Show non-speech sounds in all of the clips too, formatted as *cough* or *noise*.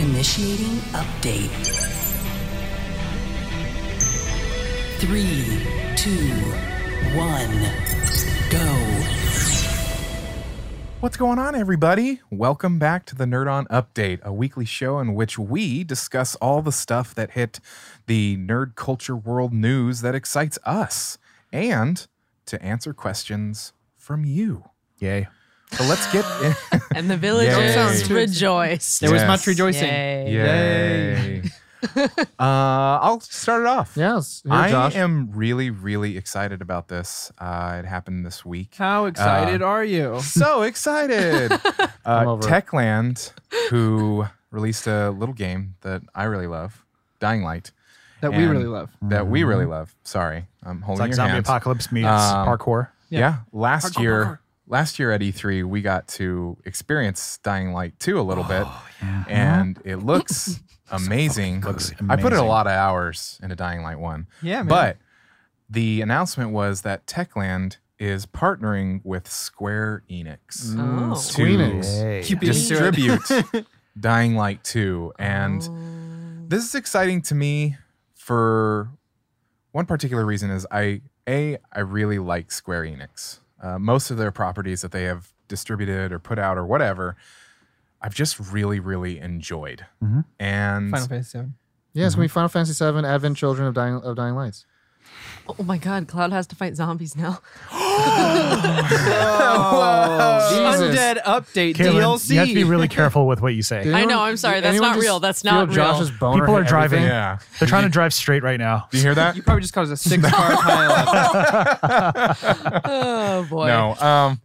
Initiating update. Three, two, one, go. What's going on, everybody? Welcome back to the Nerd On Update, a weekly show in which we discuss all the stuff that hit the nerd culture world news that excites us and to answer questions from you. Yay. So let's get in. And the villagers Yay. Sounds too rejoiced. There was Yes. much rejoicing. Yay. Yay. uh, I'll start it off. Yes. Here, I Josh. am really, really excited about this. Uh, it happened this week. How excited Uh, are you? so *laughs* excited. uh, over it. Techland, who released a little game that I really love, Dying Light, That we and- really love. that we really love. Sorry, I'm It's holding like your zombie hands. apocalypse meets Um, parkour. Yeah. Yeah. last Hardcore, year, hardcore. last year at E3, we got to experience Dying Light 2 a little bit, and it looks amazing. looks I put in a amazing. lot of hours into Dying Light 1. Yeah, man. But the announcement was that Techland is partnering with Square Enix Oh. to Hey. Keep it into it. distribute *laughs* Dying Light 2. And Oh. this is exciting to me for one particular reason is I a I really like Square Enix. Uh, most of their properties that they have distributed or put out or whatever, I've just really really enjoyed. Mhm. And Final Fantasy VII. Yeah, it's gonna be Final Fantasy VII, Advent Children of Dying of Dying Lights. oh my God, Cloud has to fight zombies *laughs* now. Oh, Oh, Jesus. Undead update Caitlin, DLC. you have to be really careful with what you say. Did I anyone- know, I'm sorry, did that's anyone not just real, that's feel not real. Josh's boner People are hit driving. everything? yeah, They're trying to drive straight right now. do you hear that? *laughs* you probably just caused a six *laughs* car pile. Oh boy. no, um,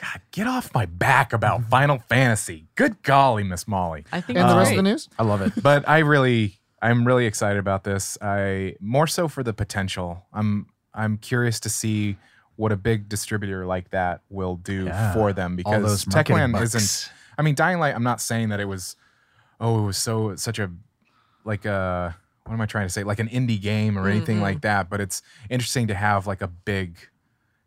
God, get off my back about Final Fantasy. Good golly, Miss Molly. I think And it's the rest of great. the news? I love it. but I really I'm really excited about this. I more so for the potential. I'm I'm curious to see what a big distributor like that will do Yeah. for them because All those marketing Techland bucks. isn't I mean Dying Light I'm not saying that it was oh it was so such a like a what am I trying to say like an indie game or anything Mm-mm. like that but it's interesting to have like a big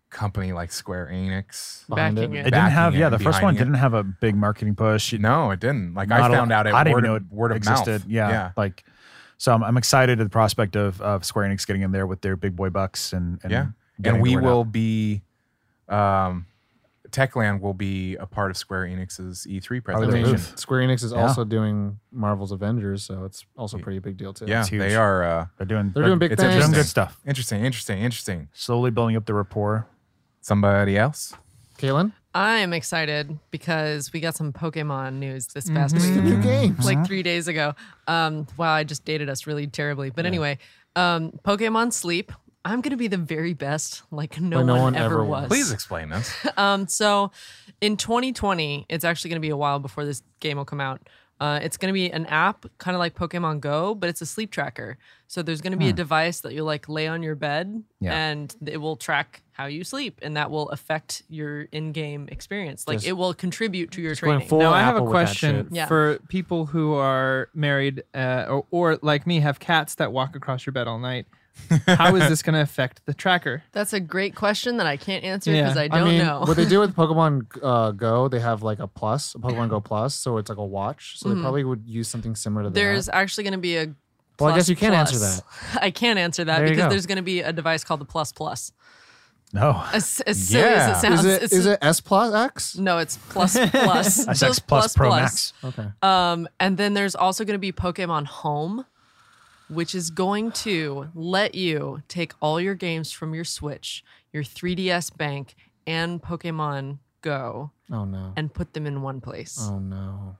company like Square Enix. behind Backing it. It it. didn't backing have, it yeah, and the first behind one it. didn't have a big marketing push. No, it didn't. Like Not I a- found out it I didn't word, even know it word of existed. mouth. Yeah, Like, so I'm, I'm excited at the prospect of, of Square Enix getting in there with their big boy bucks and, and Yeah. getting and the we word will out. be um techland will be a part of square enix's e3 of their presentation booth. Square Enix is Yeah. also doing Marvel's Avengers, so it's also a pretty big deal too. yeah It's huge. they are uh They're doing They're doing big It's They're things. doing interesting. good stuff. interesting interesting interesting Slowly building up the rapport. somebody else Kalen, I'm excited because we got some Pokemon news this past the week. new *laughs* games. Like three days ago. Um, wow, I just dated us really terribly. But anyway, um, Pokemon Sleep. I'm gonna be the very best, like no, Like one, ever was. please explain *laughs* this Um, so in 2020, it's actually going to be a while before this game will come out. Uh, it's going to be an app, kind of like Pokemon Go, but it's a sleep tracker. So there's going to be Hmm. a device that you like lay on your bed, Yeah. and it will track how you sleep, and that will affect your in-game experience. Like it will contribute to your training. full now I have Apple with a that question shit. Yeah. for people who are married uh, or, or like me have cats that walk across your bed *laughs* all night. How is this going to affect the tracker? That's a great question that I can't answer Yeah. because I I don't mean, know. what they *laughs* do with Pokemon uh, Go, they have like a plus, a Pokemon Go Plus, so it's like a watch. So they probably would use something similar to Mm-hmm. There's that. actually going to be a. Well, I guess Plus you can't answer Plus. *laughs* I can't answer that There you because go. there's going to be a device called the Plus Plus. *laughs* No. As, as silly Yeah. as it sounds, Is it it's Mm. is it S Plus X? No, it's plus plus. That's X Just plus Pro Max. Okay. Um, and then there's also going to be Pokemon Home, which is going to let you take all your games from your Switch, your 3DS bank, and Pokemon Go Oh no. and put them in one place. Oh no.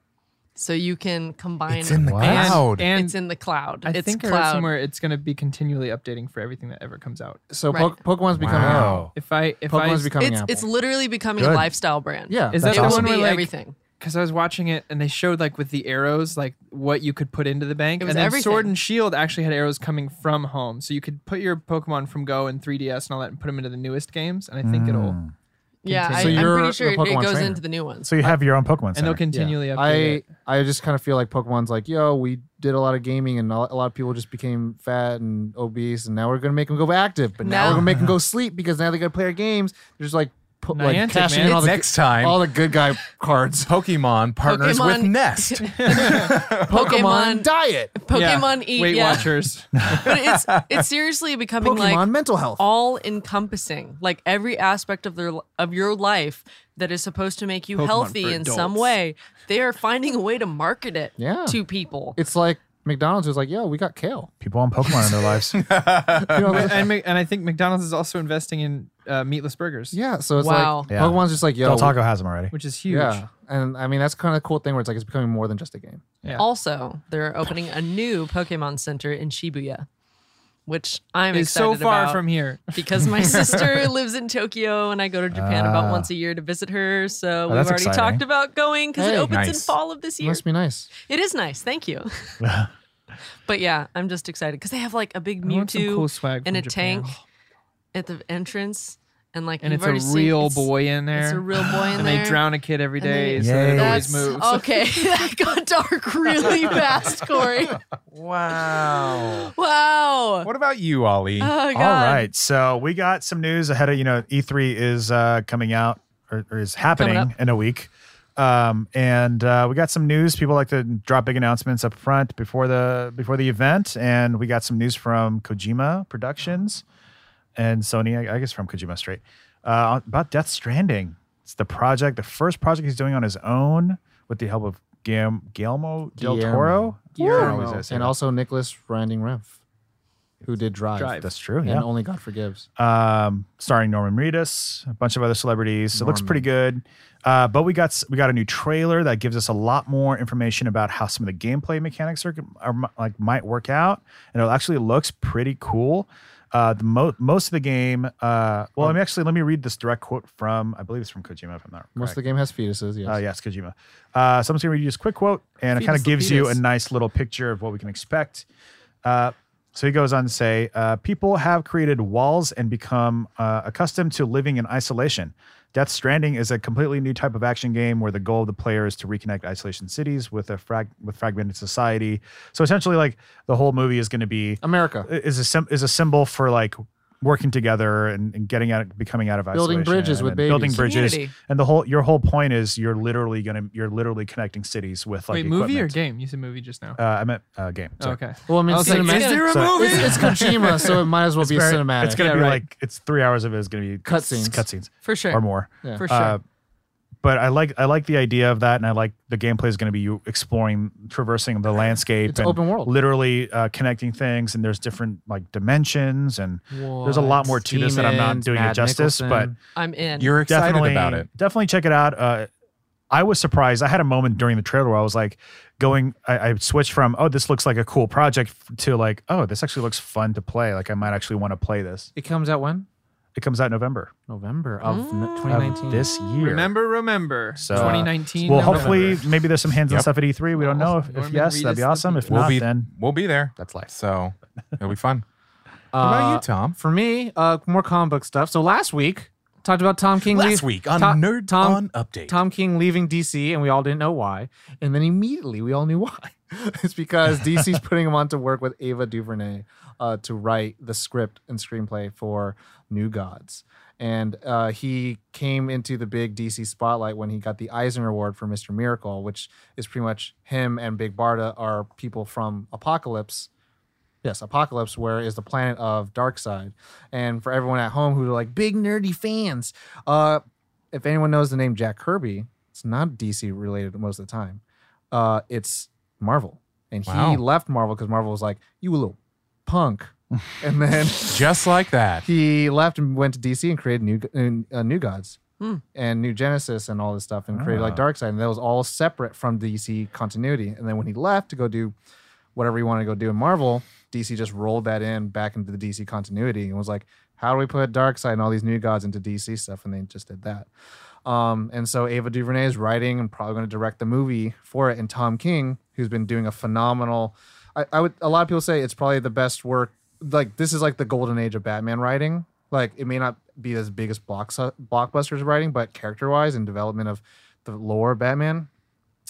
So you can combine. it's in the Wow. cloud And it's in the cloud. I it's think I read cloud. somewhere it's going to be continually updating for everything that ever comes out. So Right. po- Pokemon's becoming Wow. wow. If I if Pokemon's I becoming It's Apple. it's literally becoming a Good. lifestyle brand. yeah. that's Is that it the awesome. one will where, be like, everything. because I was watching it and they showed like with the arrows like what you could put into the bank. It was and then Sword everything. and Shield actually had arrows coming from home, so you could put your Pokemon from Go and 3DS and all that and put them into the newest games. And I think it'll Mm. Yeah, I, So I'm you're pretty the sure it, it Pokemon goes trainer. into the new ones. So you have your own Pokemon. and they'll Center. continually update I it. I just kind of feel like Pokemon's like, yo, we did a lot of gaming and a lot a lot of people just became fat and obese, and now we're gonna make them go active, but now, Now- we're gonna make them go sleep because now they gotta play our games. They're just like put, like Niantic, cashing man. in all the, Next time, all the good guy cards. Pokemon partners with Pokemon- *laughs* Nest. Pokemon Pokemon, diet. Pokemon eat. Weight yeah. Watchers. but it's it's seriously becoming Pokemon like mental health. all encompassing, like every aspect of their of your life that is supposed to make you healthy in some way. They are finding a way to market it Yeah. to people. it's like McDonald's was like, yo, we got kale. People on Pokemon in their *laughs* lives. You know, *laughs* and, and Mc- and I think McDonald's is also investing in uh, meatless burgers, yeah, so it's Wow. like Yeah. Pokemon's just like, yo, Del Taco has them already. which is huge. yeah, and I mean that's kind of a cool thing where it's like it's becoming more than just a game. Also, they're opening a new Pokemon Center in Shibuya, which I'm It's so excited far about from *laughs* here. because my sister lives in Tokyo and I go to Japan about once a year to visit her. So we've that's already exciting. talked about going because Hey. it opens in Nice. fall of this year. Must be nice. It is nice. Thank you. *laughs* but yeah, I'm just excited because they have like a big I want some Mewtwo cool swag and from a Japan. tank *gasps* at the entrance, and like and you've it's already a seen- real it's- boy in there. It's a real boy *gasps* in and there. they drown a kid every And they- day, so that it always That's moves. okay. *laughs* that got dark really fast, Corey. Wow. *laughs* Wow. What about you, Ollie? Uh, oh God. All right. So we got some news ahead of, you know, E3 is uh, coming out or, or is happening up. in a week. Um, and uh, we got some news. People like to drop big announcements up front before the before the event. And we got some news from Kojima Productions and Sony, I, I guess from Kojima Straight, uh, about Death Stranding. It's the project, the first project he's doing on his own with the help of Guillermo, Guillermo del Guillermo. Toro. I don't know, is Guillermo. that- and also Nicholas Randing Rev, who did Drive, Drive. That's true. and Yeah. Only God Forgives. um, starring Norman Reedus, a bunch of other celebrities. So it looks pretty good. Uh, but we got s- we got a new trailer that gives us a lot more information about how some of the gameplay mechanics are, are mi- like might work out, and it actually looks pretty cool. Uh, the mo- most of the game. Uh, well, I mean, actually, let me read this direct quote from I believe it's from Kojima. If I'm not Most of correct. the game has fetuses. Yes. Uh, yes, Kojima. Uh, so I'm just going to read you this quick quote, and it kind of Fetus gives you a Lapidus. nice little picture of what we can expect. Uh, so he goes on to say, uh, people have created walls and become uh, accustomed to living in isolation. Death Stranding is a completely new type of action game where the goal of the player is to reconnect isolation cities with a frag- with fragmented society. So essentially, like the whole movie is going to be America is a sym- is a symbol for like working together and, and getting out becoming out of Building isolation bridges and with then building babies. bridges Community. and the whole your whole point is you're literally gonna you're literally connecting cities with like Wait, movie or equipment. game? You said movie just now. Oh, uh, i meant uh, game sorry. okay. Well, I mean, I was like, cinema- is there a So- *laughs* movie? It's, it's Kojima, so it might as well be Very- cinematic. it's gonna Yeah, be right. like it's three hours of it is gonna be Cutscenes. cutscenes For sure. or more Yeah. For sure. Uh, but I like I like the idea of that, and I like the gameplay is going to be you exploring, traversing the landscape, It's and open world. literally uh, connecting things. And there's different like dimensions, and there's a lot more to this that I'm not Demons, doing it Matt justice. But Mickelson. I'm in. You're excited definitely about it. Definitely check it out. Uh, I was surprised. I had a moment during the trailer where I was like, going. I, I switched from oh this looks like a cool project f- to like oh this actually looks fun to play. Like I might actually want to play this. It comes out when? It comes out in November November of n- of 2019. this year. Remember, remember. So, uh, 2019. Well, November. hopefully, maybe there's some hands on Yep. stuff at E3. We don't know if, if Norman yes, that'd Reedus be the awesome. If people. We'll not, be then we'll be there. that's life. So it'll be fun. Uh, What about you, Tom? For me, uh, more comic book stuff. So last week, talked about Tom King. Last lea- week on Tom- Nerd Tom, On Update. Tom King leaving DC, and we all didn't know why. And then immediately we all knew why. *laughs* it's because DC's putting him on to work with Ava DuVernay uh, to write the script and screenplay for New Gods. And uh, he came into the big DC spotlight when he got the Eisner Award for Mr. Miracle, which is pretty much him and Big Barda are people from Apocalypse Yes, Apocalypse, where is the planet of Darkseid. And for everyone at home who are like big nerdy fans, uh, if anyone knows the name Jack Kirby, it's not DC related most of the time. Uh, it's Marvel. And Wow. he left Marvel because Marvel was like, you little punk. and then Just like that. he left and went to DC and created new uh, new gods Hmm. and new Genesis and all this stuff and created like Ah. Darkseid and that was all separate from DC continuity. And then when he left to go do whatever he wanted to go do in Marvel, DC just rolled that in back into the DC continuity and was like, how do we put Darkseid and all these new gods into DC stuff? And they just did that. Um, and so Ava DuVernay is writing and probably going to direct the movie for it. And Tom King, who's been doing a phenomenal, I, I would a lot of people say it's probably the best work. Like this is like the golden age of Batman writing. Like it may not be as big as blocks, uh, blockbusters writing, but character wise and development of the lore of Batman,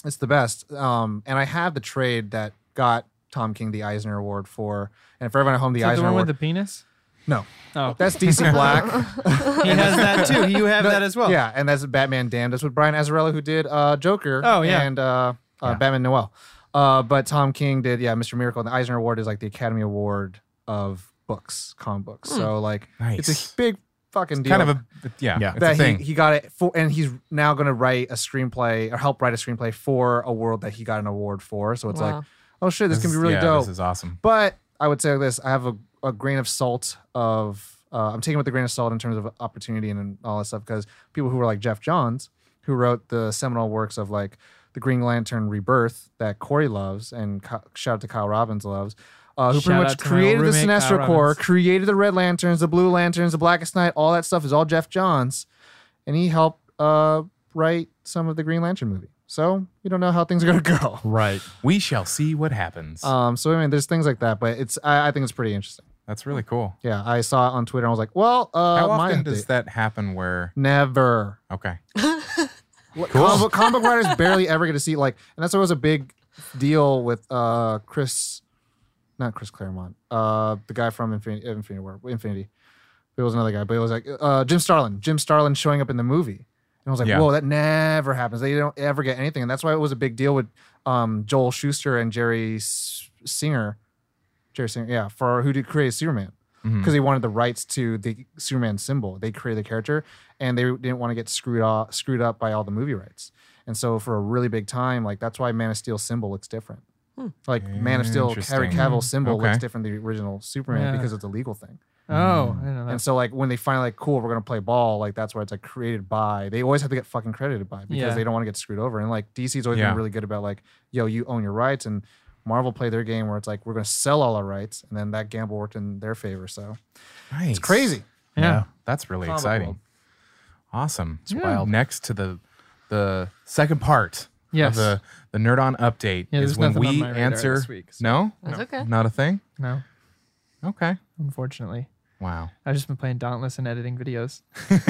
it's the best. Um, and I have the trade that got Tom King the Eisner Award for, and for everyone at home, the Is that the Eisner one Award. with the penis? No, *laughs* Oh, that's DC Black. *laughs* he has that too. You have that as well. Yeah, and that's Batman Damned. That's with Brian Azzarello who did uh, Joker. Oh, yeah. and uh, uh, Batman Noel. Uh, but Tom King did yeah, Mr. Miracle. And the Eisner Award is like the Academy Award of books, comic books. Hmm. So like, it's Nice. a big fucking deal. Kind of a yeah, Yeah. it's a that thing. he, he got it for, and he's now going to write a screenplay or help write a screenplay for a world that he got an award for. So it's Wow. like, oh shit, this, This can be is- really yeah, dope. This is awesome. But I would say this: I have a, a grain of salt of uh, I'm taking it with a grain of salt in terms of opportunity and, and all that stuff because people who were like Jeff Johns, who wrote the seminal works of like the Green Lantern Rebirth that Corey loves and Ky- shout out to Kyle Robbins loves. Uh, who Shout pretty out much to my created the roommate, Kyle Sinestro Corps, Robbins. created the Red Lanterns, the Blue Lanterns, the Blackest Night, all that stuff is all Jeff Johns, and he helped uh, write some of the Green Lantern movie. So you don't know how things are gonna *laughs* go. Right. We shall see what happens. Um, so I mean, there's things like that, but it's I, I think it's pretty interesting. That's really cool. Yeah, I saw it on Twitter. and I was like, well, uh, How my often update- does that happen? Where never? okay, Cool. Comic, book- comic *laughs* book writers barely ever get to see like, and that's always a big deal with uh Chris, not Chris Claremont, uh the guy from Infinity, Infinity War, Infinity. It was another guy, but it was like uh Jim Starlin, Jim Starlin showing up in the movie. And I was like, Yeah. whoa, that never happens. They don't ever get anything, and that's why it was a big deal with um Joel Schuster and Jerry S- Singer, Jerry Singer, yeah, for who did create Superman. Mhm. because they wanted the rights to the Superman symbol. They created the character, and they didn't want to get screwed off, screwed up by all the movie rights. And so, for a really big time, like that's why Man of Steel symbol looks different. Hmm. Like Man of Steel, Harry Interesting. Cavill symbol Okay. looks different than the original Superman Yeah. because it's a legal thing. Oh, I know that. And so, like when they finally like, cool, we're gonna play ball. Like that's where it's like created by. They always have to get fucking credited by because Yeah. they don't want to get screwed over. And like DC's always Yeah. been really good about like, yo, you own your rights. And Marvel play their game where it's like we're gonna sell all our rights, and then that gamble worked in their favor. So nice. it's crazy. yeah. That's really Comic exciting. world. Awesome. It's wild. Next to the the second part Yes. of the the Nerd On update Yeah, is there's when nothing on we my radar answer. this week, so- No, That's *laughs* okay. not a thing. No, Okay. unfortunately, Wow. I've just been playing Dauntless and editing videos.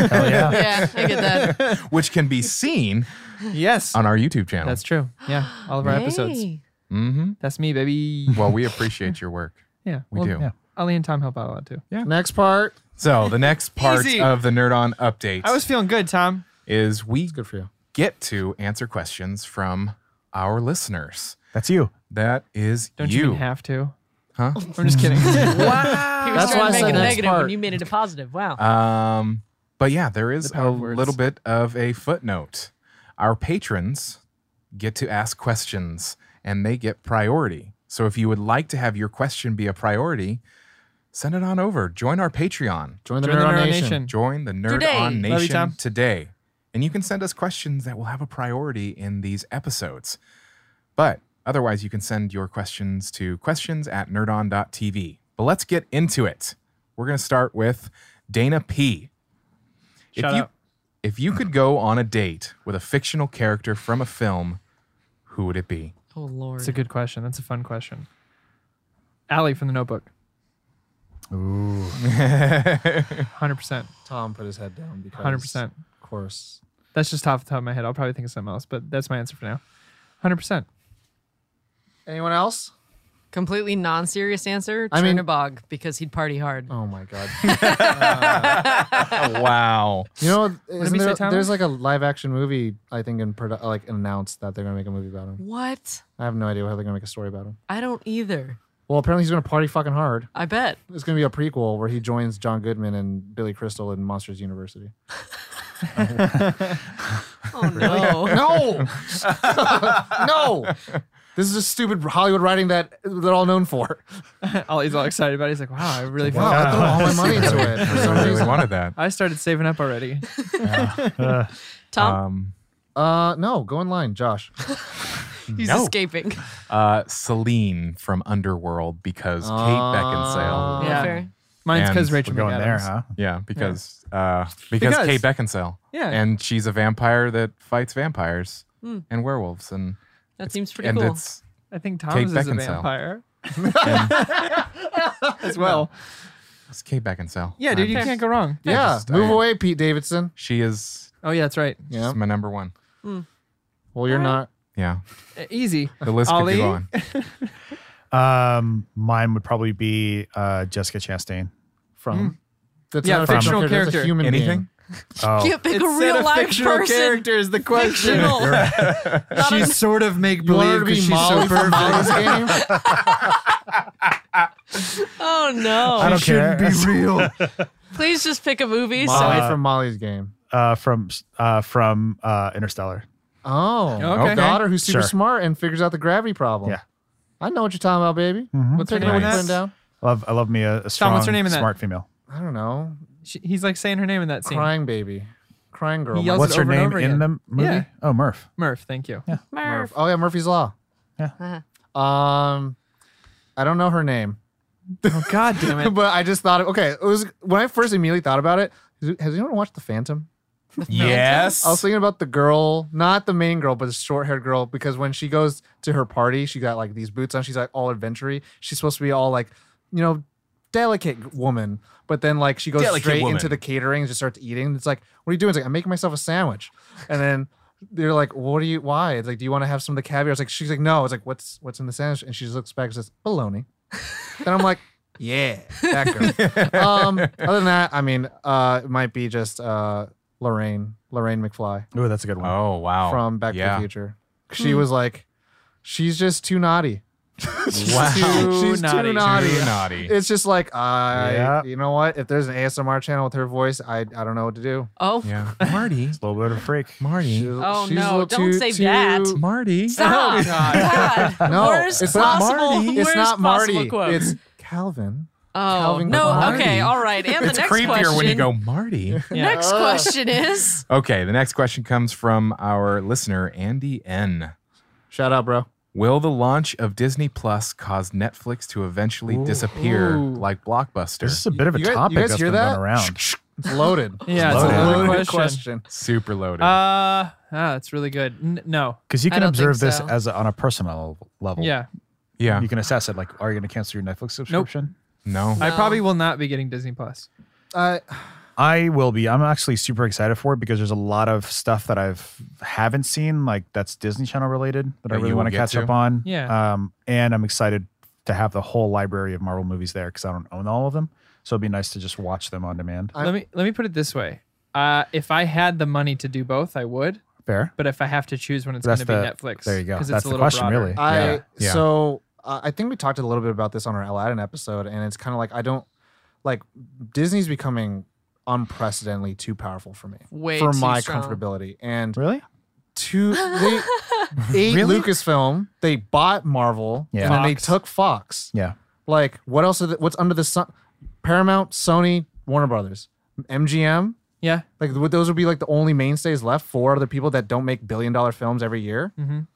Hell yeah. Yeah, I get that. Which can be seen *laughs* yes, on our YouTube channel. that's true. Yeah, all of our episodes. Hey. hmm That's me, baby. Well, we appreciate your work. yeah, We well, do. yeah. Ali and Tom help out a lot too. Next part. So the next part Easy. of the Nerd On update I was feeling good, Tom. is we Good for you. get to answer questions from our listeners. That's you. That is Don't you, you. mean have to? Huh? I'm just kidding. He was That's trying why I to said make it next negative part. when you made it a positive. Wow. Um, but yeah, there is The power a of words. little bit of a footnote. Our patrons get to ask questions and they get priority. So if you would like to have your question be a priority, send it on over. Join our Patreon. Join the Join Nerd our On Nation. nation. Join the Nerd Today. On Love you, Nation Tom. today. And you can send us questions that will have a priority in these episodes. But otherwise, you can send your questions to questions at nerdon.tv. But let's get into it. We're going to start with Dana P. Shout if you out. if you could go on a date with a fictional character from a film, who would it *laughs* be? oh That's a lord. good question. That's a fun question. Ali from the Notebook, Ooh. hundred percent, Tom put his head down because hundred percent. Of course. That's just off the top of my head. I'll probably think of something else, but that's my answer for now. Hundred percent. *laughs* Anyone else? Completely non-serious answer. I mean- Chernabog because he'd party hard. Oh my god. wow. you know, we isn't say, there, Tom? there's like a live action movie I think in produ- like announced that they're gonna make a movie about him. What? I have no idea how they're gonna make a story about him. I don't either. Well, apparently he's gonna party fucking hard. I bet. It's gonna be a prequel where he joins John Goodman and Billy Crystal in Monsters University. Oh *laughs* no. *laughs* No, no. This is just stupid Hollywood writing that they're all known for. *laughs* Ali's all excited about. it. He's like, "Wow, I really feel." Wow, I threw all my money into it for some I *laughs* really reason. wanted that. I started saving up already. Tom, Um, Uh, no, go in line, Josh. he's no. *laughs* escaping. uh, Celine from Underworld because Kate Beckinsale. Oh. Yeah. Fair. Mine's And because Rachel We're going McAdams. there, huh? Yeah, because Uh, because, Because- Kate Beckinsale. Yeah. and she's a vampire that fights vampires and werewolves, and That seems pretty and cool. it's I think Kate Tom's is a Beckinsale. vampire. *laughs* As well. it's Kate Beckinsale. Yeah, dude, you can't go wrong. Yeah, just- move I- away, Pete Davidson. She is Oh yeah, that's right. she's Yeah. my number one. Well, you're not. Yeah, Uh, Easy. the list Ali? could go on. *laughs* Um, mine would probably be uh, Jessica Chastain from. That's Yeah, not a Hmm. fictional fictional character. That's a character. human being. Anything? Oh. Can't pick It a said real life fictional person. character is the *laughs* question. Fictional. Not she's a- sort of make You want her to be believe because she's Molly so from Molly's perfect. game? *laughs* oh no! I don't care. *laughs* real. Please just pick a movie. so Molly I- from Molly's game. *laughs* Uh, from uh, from uh, Interstellar. Oh, Okay. a daughter who's super Sure. smart and figures out the gravity problem. Yeah. I know what you're talking about, baby. Mhm. Mm-hmm. What's her Take it away, name? in put it that? down. Love, I love me a, a strong, what's her name in that? smart female. I don't know. She, he's like saying her name in that scene. Crying baby, crying girl. He Mike yells- Does What's it her over and name over in again? the movie? Yeah. Oh, Murph. Murph, thank you. Murph. Oh yeah, Murphy's Law. Yeah. Uh-huh. Um, I don't know her name, *laughs* Oh god damn *laughs* it. *laughs* but I just thought of- okay. It was when I first immediately thought about it. has- Has anyone watched The Phantom? Yes. I was thinking about the girl, not the main girl, but the short haired girl, because when she goes to her party, she got like these boots on. She's like all adventure She's supposed to be all like, you know, delicate woman. But then like she goes Delicate straight woman. into the catering and just starts eating. It's like, what are you doing? It's like, I'm making myself a sandwich. And then they're like, what do you, why? It's like, do you want to have some of the caviar? It's like, she's like, no. It's like, what's what's in the sandwich? And she just looks back and says, bologna. then I'm like, yeah, that *laughs* girl. um, other than that, I mean, uh, it might be just uh, Lorraine, Lorraine McFly Oh, that's a good one. Oh wow. from Back to yeah. the Future. She was like, she's just *laughs* too naughty. she's Wow. Too, she's too naughty. naughty. Too Too naughty. It's just like I, Yeah. you know what? If there's an ASMR channel with her voice, I, I don't know what to do. oh, yeah. Marty. It's a little bit of a freak. Marty. Oh, a no, little Oh, don't say that. Marty. stop! *laughs* God. *laughs* No, worst it's not possible. Marty. It's worst not possible Marty. Quote. It's Calvin. oh Calvin no. Klein. Okay. All right. And It's the next creepier question. when you go Marty. Next question is Okay, the next question comes from our listener, Andy N. Shout out, bro. Will the launch of Disney Plus cause Netflix to eventually disappear Ooh. like Blockbuster? This is a bit of a You guys- you topic guys that's hear been going that? around. *laughs* It's loaded. *laughs* Yeah, it's a Loaded. loaded Loaded question. Super loaded. Uh ah, that's really good. N- no. Because you I can don't think observe this so. as a, on a personal level. Yeah. yeah. You can assess it. Like, are you going to cancel your Netflix subscription? no. I No. probably will not be getting Disney Plus. Uh, I will be. I'm actually super excited for it because there's a lot of stuff that I've haven't seen, like that's Disney Channel related that, I That really you want will to get catch to? up on. Yeah. Um, and I'm excited to have the whole library of Marvel movies there because I don't own all of them. So it'd be nice to just watch them on demand. I- let me let me put it this way. Uh, if I had the money to do both, I would. Fair. But if I have to choose when it's going That's to be the- Netflix, there you go. 'cause That's it's a the little question, broader. really. I Yeah, yeah. so uh, I think we talked a little bit about this on our Aladdin episode, and it's kind of like I don't like Disney's becoming unprecedentedly too powerful for me way for too my strong. comfortability and Really? two they ate Really? Lucasfilm, they bought Marvel, Yeah. and then they Fox. took Fox. Yeah. Like what else? Are the, what's under the sun? Paramount, Sony, Warner Brothers, MGM. Yeah. Like would those would be like the only mainstays left for the people that don't make billion dollar films every year, Mhm.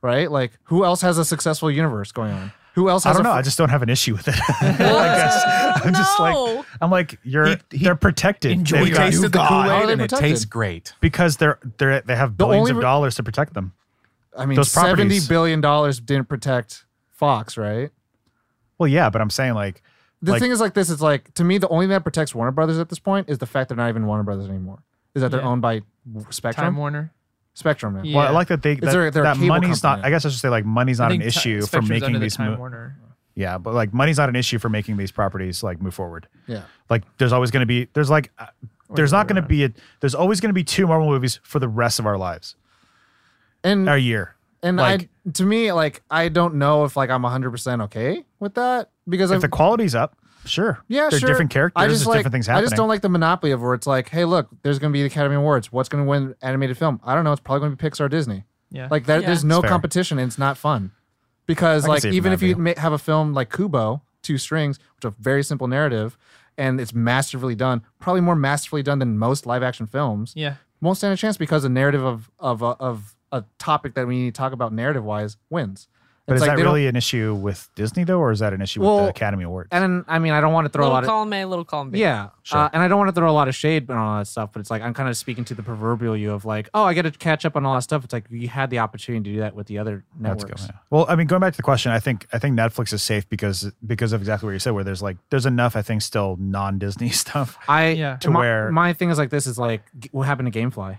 right? Like who else has a successful universe going on? Who else? I Has don't a know. fr- I just don't have an issue with it. *laughs* I guess. I'm just no. like, I'm like, you're, He- he- they're protected. Enjoy They've we your got- tasted the God. How are Kool-Aid they and it protected? tastes great. because they're, they're, they have The billions only of re- dollars to protect them. I mean, those seventy properties. billion dollars didn't protect Fox, right? Well, yeah, but I'm saying like, The Like- thing is like this. It's like to me, the only thing that protects Warner Brothers at this point is the fact they're not even Warner Brothers anymore. Is that they're Yeah. owned by Spectrum? Time Warner. Spectrum. now. Yeah. Well, I like that they that, there- they're a that cable money's company. not. I guess I should say like money's I not an think Ti- issue for Spectrum's under making the these. Time Mo- Warner. yeah, but like money's not an issue for making these properties like move forward. Yeah. Like there's always going to be there's like uh, there's not going to be a there's always going to be two Marvel movies for the rest of our lives And our year. and like- I to me like I don't know if like I'm 100% okay with that because I'm If the quality's up, sure. Um, yeah, there's sure. different characters. I just there's like, different things happening. I just don't like the monopoly of where it's like, hey, look, there's going to be the Academy Awards. What's going to win animated film? I don't know. It's probably going to be Pixar, Disney. Yeah. Like there, Yeah. there's no It's fair. competition and it's not fun because I can like see it from even that if you view. ma- have a film like Kubo, Two Strings, which is a very simple narrative, and it's masterfully done, probably more masterfully done than most live action films Yeah. won't stand a chance because the narrative of of a- of a topic that we need to talk about narrative wise wins. but is like that they don't- really an issue with Disney though, or is that an issue with Well, the Academy Awards? And I mean, I don't want to throw a Little lot of column A, little column B. yeah, Sure. uh, and I don't want to throw a lot of shade and all that stuff. But it's like I'm kind of speaking to the proverbial you of like, oh, I got to catch up on all that stuff. It's like you had the opportunity to do that with the other That's networks. good. yeah. Well, I mean, going back to the question, I think I think Netflix is safe because because of exactly what you said, where there's like there's enough, I think, still non Disney *laughs* stuff. I Yeah. To my, where- my thing is like this is like g- what happened to GameFly?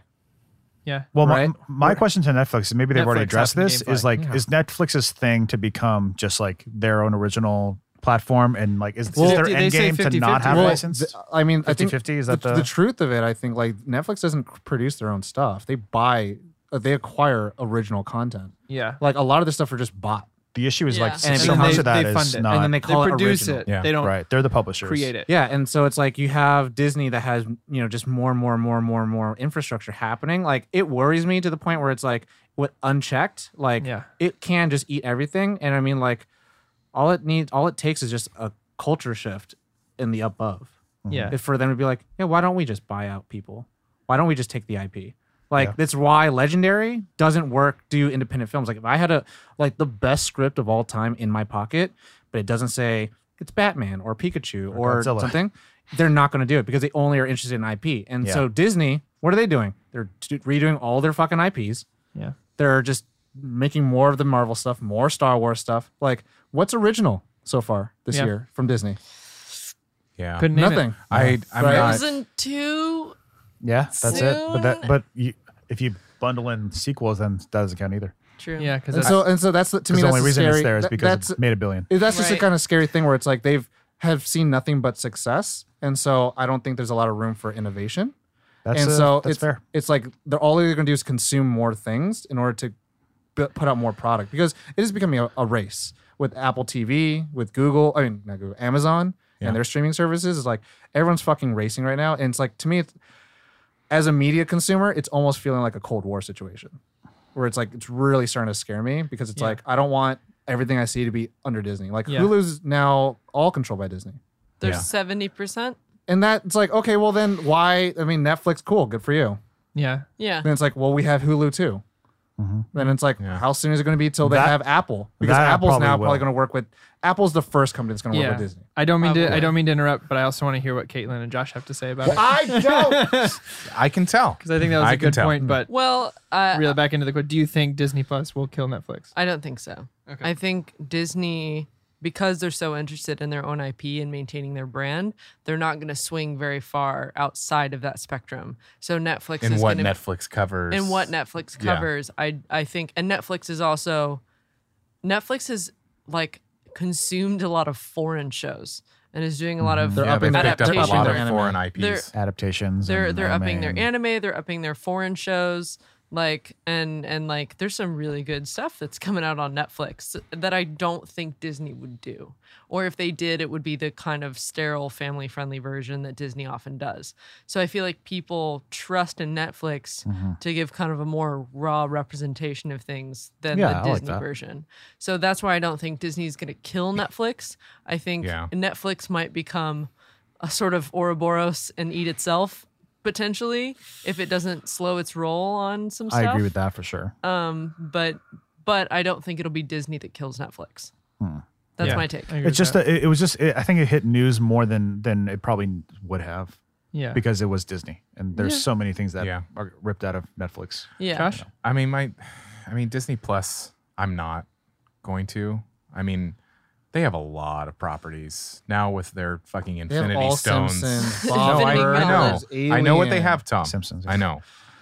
Yeah. Well, Right. my, my question to Netflix, and maybe they've already Netflix addressed happened this, to is Gamefly. like, is Netflix's thing to become just like their own original platform? And like, is, Well, is their they end say game to not 50-50. have Well, license? th- I mean, I think 50-50, is that the, the- truth of it? I think like Netflix doesn't c- produce their own stuff; they buy, uh, they acquire original content. Yeah. Like a lot of this stuff are just bought. the issue is Yeah. like And it so becomes- much they- of that they is fund it, and not and then they They call it produce original. it. yeah, they don't right. They're the publishers. create it. Yeah, and so it's like you have Disney that has you know just more and more and more and more and more infrastructure happening. Like it worries me to the point where it's like what unchecked, like Yeah. it can just eat everything. And I mean, like all it needs, all it takes is just a culture shift in the above Yeah. if for them to be like, yeah, why don't we just buy out people? Why don't we just take the IP? Like Yeah. that's why Legendary doesn't work. Do independent films like if I had a like the best script of all time in my pocket, but it doesn't say it's Batman or Pikachu or, Or Godzilla. *laughs* something, they're not going to do it because they only are interested in IP. And Yeah. so Disney, what are they doing? They're t- redoing all their fucking IPs. Yeah. They're just making more of the Marvel stuff, more Star Wars stuff. Like what's original so far this Yeah. year from Disney? Yeah. Couldn't name it. Nothing. I, I'm Right. not. Frozen two. Yeah, that's it. But that Soon. but you, if you bundle in sequels, then that doesn't count either. True. Yeah, because And that's so, and so that's the, to 'Cause me the that's only the reason scary, it's there is that- because that's it's made a billion. that's just the Right. kind of scary thing where it's like they've have seen nothing but success, and so I don't think there's a lot of room for innovation. That's and uh, so that's it's fair. it's like they're all they're going to do is consume more things in order to bu- put out more product because it is becoming a, a race with Apple TV, with Google, I mean not Google, Amazon, and their streaming services. It's like everyone's fucking racing right now, and it's like to me, it's, as a media consumer, it's almost feeling like a Cold War situation where it's like it's really starting to scare me because it's Yeah. like I don't want everything I see to be under Disney. Like Yeah. Hulu's now all controlled by Disney. They're Yeah. seventy percent. And that it's like, okay, well then why I mean Netflix, cool, good for you. yeah. Yeah. Then it's like, well, we have Hulu too. Then it's like, how soon is it going to be till they That- have Apple? Because that Apple's probably now will. probably going to work with Apple's the first company that's going to work Yeah. with Disney. I don't mean to I don't mean to interrupt, but I also want to hear what Caitlin and Josh have to say about it. *laughs* I don't. I can tell. Because I think that was a I can good tell. point. But Well, uh, reel it back into the quote. Do you think Disney Plus will kill Netflix? I don't think so. Okay. I think Disney, because they're so interested in their own IP and maintaining their brand, they're not going to swing very far outside of that spectrum. So Netflix In is what going to Netflix covers. in what Netflix Yeah. covers. I I think, and Netflix is also Netflix has like consumed a lot of foreign shows and is doing a lot of They're Yeah, upping they've their- picked Mm-hmm. up a adaptation lot of their anime. foreign IPs. They're- Adaptations. they're and they're upping their and- anime they're upping their foreign shows like and and like there's some really good stuff that's coming out on netflix that i don't think disney would do or if they did it would be the kind of sterile family friendly version that disney often does so i feel like people trust in netflix Mm-hmm. to give kind of a more raw representation of things than Yeah, I the like disney that. version so that's why i don't think disney's going to kill netflix i think Yeah. netflix might become a sort of Ouroboros and eat itself potentially if it doesn't slow its roll on some I stuff. agree with that for sure. Uh, Um, but but I don't think it'll be Disney that kills Netflix. Hmm. That's Yeah. my take. I agree with It's just that. that it, it was just it, I think it hit news more than than it probably would have yeah. because it was Disney and there's so many things that Yeah. are ripped out of Netflix. Yeah. Josh? I mean, my, I mean, Disney Plus. I'm not going to. I mean, they have a lot of properties now with their fucking They have Infinity all Stones. *laughs* Simpsons. no, I, Infinity I know. Gauntlet, I know what they Alien. have, Tom. Simpsons, yeah. I know.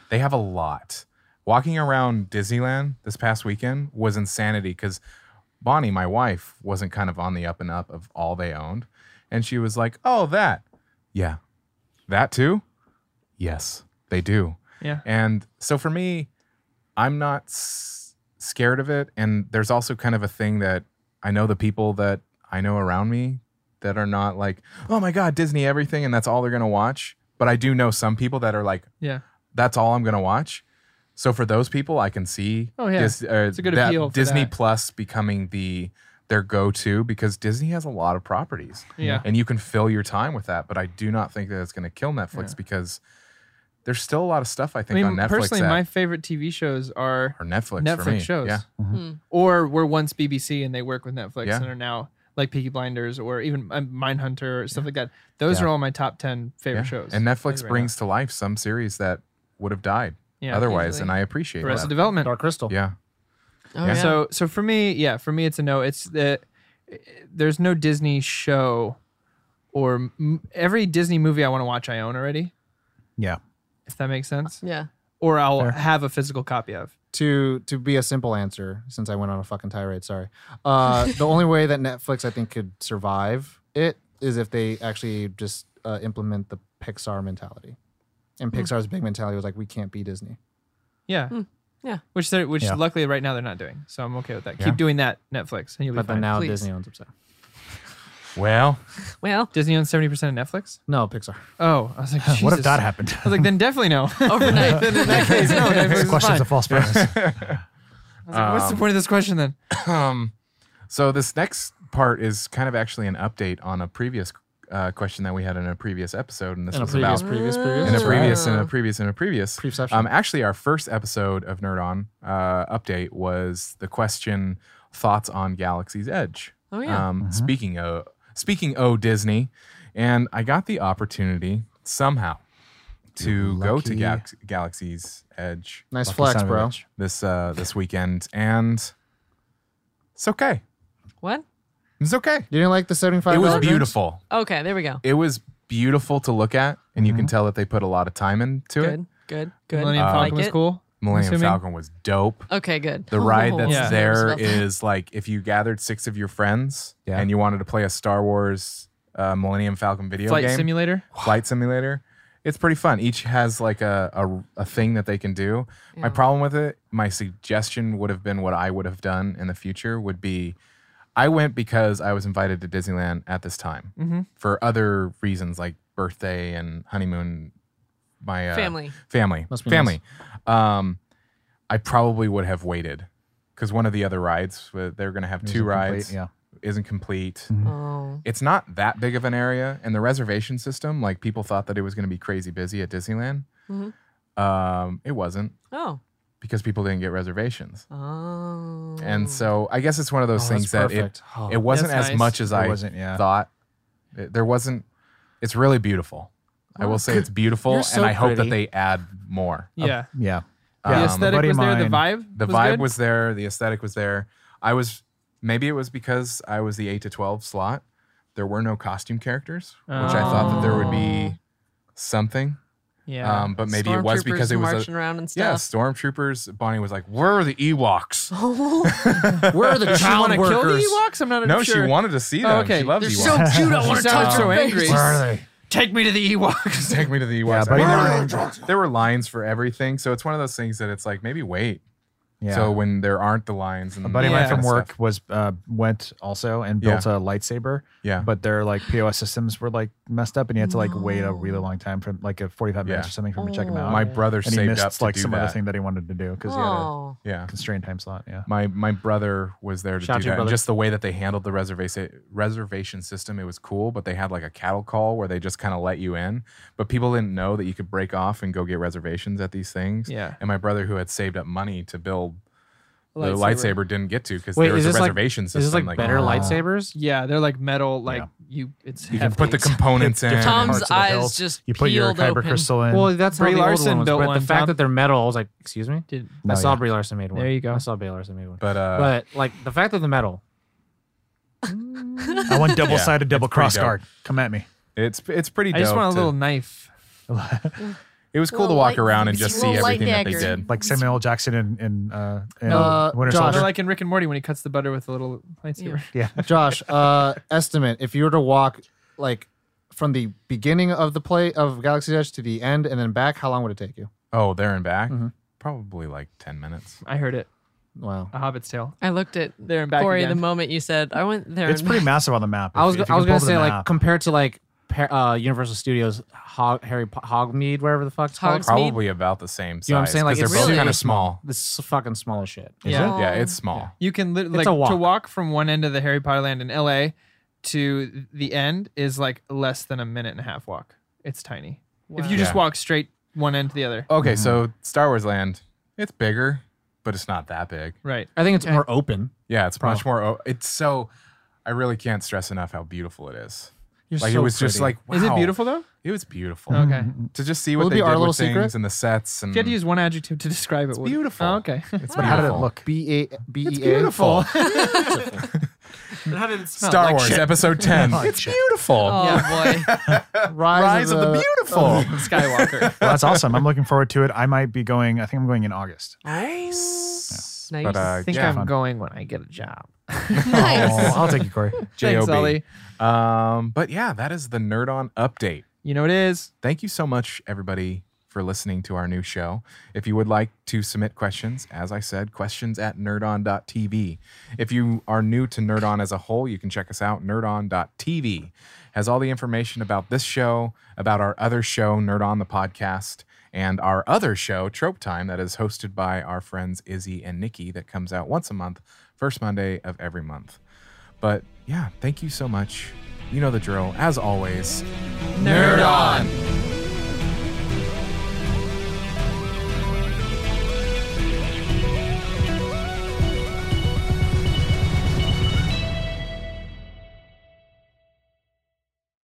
They have a lot. Walking around Disneyland this past weekend was insanity because Bonnie, my wife, wasn't kind of on the up and up of all they owned. And she was like, oh, that. Yeah. That too? Yes, they do. Yeah. And so for me, I'm not s- scared of it. And there's also kind of a thing that I know the people that I know around me that are not like, oh my God, Disney everything, and that's all they're going to watch. But I do know some people that are like, Yeah. that's all I'm going to watch. So for those people, I can see Oh, yeah. Dis- uh, It's a good that appeal for Disney that. Plus becoming the their go-to because Disney has a lot of properties Yeah. and you can fill your time with that. But I do not think that it's going to kill Netflix because there's still a lot of stuff I I think mean, on Netflix personally, that my favorite TV shows are or Netflix, for me. Netflix shows, Yeah, or were once BBC and they work with Netflix Yeah. and are now like Peaky Blinders or even um, Mindhunter or stuff like that. Those Yeah. are all my top ten favorite yeah. shows. and like Netflix right now. brings to life some series that would have died Yeah, otherwise, easily. and I appreciate that. Arrested Development. Dark Crystal. yeah, Oh, Yeah. yeah. So so for me, yeah, for me it's a no. It's the eh, there's no Disney show or m- every Disney movie I want to watch I own already, Yeah. if that makes sense, yeah. or I'll have a physical copy of. to to be a simple answer, since I went on a fucking tirade, sorry. Uh, the only way that Netflix I think could survive it is if they actually just uh, implement the Pixar mentality. And Pixar's big mentality was like, we can't be Disney. Yeah. yeah. Which they're which Yeah. luckily right now they're not doing. So I'm okay with that. Yeah. Keep doing that, Netflix, and you'll be But then fine. now please. Disney owns upset. Well, Well, *laughs* Disney owns seventy percent of Netflix. No, Pixar. Oh, I was like, What if Jesus. that happened? I was like, then definitely no. overnight. then in *laughs* that case, no. Netflix *laughs* is Questions fine. of false *laughs* premise. I was like, What's the point of this question then? um, so this next part is kind of actually an update on a previous uh, question that we had in a previous episode, and this In a was previous, about previous, previous. in a That's right. previous, in a previous, in a previous. Preception. Um, actually, our first episode of Nerd On uh, update was the question thoughts on Galaxy's Edge. Oh, yeah. Um, Uh-huh. Speaking of speaking of Disney, and I got the opportunity somehow to go to lucky. Galax Galaxy's Edge nice Lucky flex, son of a bro. bitch. this uh, this weekend, and it's okay. what? It's okay. You didn't like the seventy-five? It was drinks? beautiful. Okay, there we go. It was beautiful to look at, and you can tell that they put a lot of time into it. Good, good, good. Millennium I Falcon like was it. cool. Millennium Assuming. Falcon was dope. Okay, good. Oh, The ride that's Yeah. there is like if you gathered six of your friends Yeah. and you wanted to play a Star Wars uh, Millennium Falcon video Flight game, simulator. Flight Simulator, it's pretty fun. Each has like a, a, a thing that they can do. My Yeah. problem with it, my suggestion would have been what I would have done in the future would be I went because I was invited to Disneyland at this time Mm-hmm. Mhm. for other reasons like birthday and honeymoon. My uh, family. family Must be family um i probably would have waited because one of the other rides uh, they're going to have It was two incomplete, rides Yeah. isn't complete Oh, it's not that big of an area and the reservation system like people thought that it was going to be crazy busy at disneyland Mhm. Mm-hmm. um it wasn't oh, because people didn't get reservations oh. and so i guess it's one of those Oh, things that's that it, perfect. Oh, it wasn't Mm. that's as nice. much as It i wasn't, yeah. thought It- there wasn't it's really beautiful i will say it's beautiful You're so and i hope that pretty. they add more Yeah. Yeah. the Um, aesthetic buddy was there. The mine- vibe. the was vibe good. was there the aesthetic was there i was maybe it was because i was the 8 to 12 slot there were no costume characters which i thought that there would Oh. be something Yeah. um, but maybe it was because it Stormtroopers was marching a around and yeah *laughs* stuff. *laughs* stormtroopers bonnie was like where are the ewoks Where are *laughs* the Does she want child to kill the workers? Ewoks? I'm not no sure. she wanted to see them Oh, okay. she loves They're ewoks *laughs* so cute. I want She to touch sounds so your face. angry. Where are they? Take me to the Ewoks. take me to the ewoks Yeah, buddy, I mean, mine- there, were, there were lines for everything so it's one of those things that it's like maybe wait Yeah. so when there aren't the lines and A buddy of Yeah. mine from kinda work stuff. was uh, went also and built a lightsaber. Yeah. But their like POS systems were like messed up, and you had to like wait a really long time for like a forty five minutes Yeah. or something for him to check them Oh. out. my brother and he saved missed up to like do some that. other thing that he wanted to do because he had Oh, yeah a constrained time slot. Yeah. My my brother was there to Shout out do to your that. And brother. just the way that they handled the reservation reservation system, it was cool. But they had like a cattle call where they just kind of let you in. But people didn't know that you could break off and go get reservations at these things. Yeah. And my brother, who had saved up money to build the Lightsaber. lightsaber, didn't get to because Wait, there was is a this like- reservation Is system. this like, better oh. lightsabers? Yeah, they're like metal. Like Yeah. you, it's You can put the components in. Tom's parts of the eyes hills. just You put your peeled kyber open. crystal in. Well, that's Brie how the Larson old one was, built but one, the fact Tom. that they're metal, I was like, excuse me. Did, No, I saw yeah. Brie Larson made one. There you go. I saw Brie Larson made one. Oh, but uh, but like the fact that the metal, I want double sided, double cross dope. guard. Come at me. it's it's pretty. I just dope want to- a little knife. It was cool to Little walk light- around and just see little light everything that they dagger. did. Like Samuel L. Jackson in in, uh, in Uh, Winter Josh. *laughs* Or Soldier. like in Rick and Morty when he cuts the butter with a little lightsaber. yeah. Josh, uh, *laughs* estimate if you were to walk like from the beginning of the play of Galaxy's Edge to the end and then back, how long would it take you? Oh, there and back. Mm-hmm. Probably like ten minutes. I heard it. Wow. A Hobbit's Tale. I looked at There and back Corey again. the moment you said I went there. It's and pretty massive on the map. I If- was if you I was can gonna pull the say like map. compared to like par- uh, Universal Studios Hog- Harry po- Hogmeade, wherever the fuck it's called. Hogsmeade? Probably about the same size. You know what I'm saying? Like, 'cause it's they're both really kind of small. small. This is fucking small as shit. Yeah. Yeah, it's small. You can literally It's like a walk. to walk from one end of the Harry Potter land in LA to the end is like less than a minute and a half walk. It's tiny. If you just Yeah. walk straight one end to the other. Okay, Mm-hmm. so Star Wars Land, it's bigger, but it's not that big. Right. I think it's more open. Yeah, it's much more. o- It's so. I really can't stress enough how beautiful it is. You're like it so was just pretty. like, wow. Is it beautiful though? It was beautiful. Okay. To just see Mm-hmm. Will what it they be did our with little things secret? and the sets and If you had to use one adjective to describe it, it's Mm. beautiful. Oh, okay. it's But how did it beautiful. look? B A B E A. Beautiful. It had its Star Wars Episode *laughs* 10. Like it's shit. beautiful. *laughs* *laughs* Oh boy. Rise, *laughs* Rise of the Beautiful. *laughs* Skywalker. Well, that's awesome. I'm looking forward to it. I might be going. I think I'm going in August. Nice. Nice. But uh, *laughs* I think yeah, I'm going when I get a job. Oh, nice. I'll take you, Corey. Thanks, JOB. Ollie. Um, but yeah, that is the Nerd On update. You know it is. Thank you so much, everybody, for listening to our new show. If you would like to submit questions, as I said, questions at nerdon.tv. If you are new to Nerd On as a whole, you can check us out. Nerdon.tv has all the information about this show, about our other show, Nerd On the Podcast, and our other show, Trope Time, that is hosted by our friends Izzy and Nikki, that comes out once a month, first Monday of every month. But yeah, thank you so much. You know the drill. As always, Nerd on.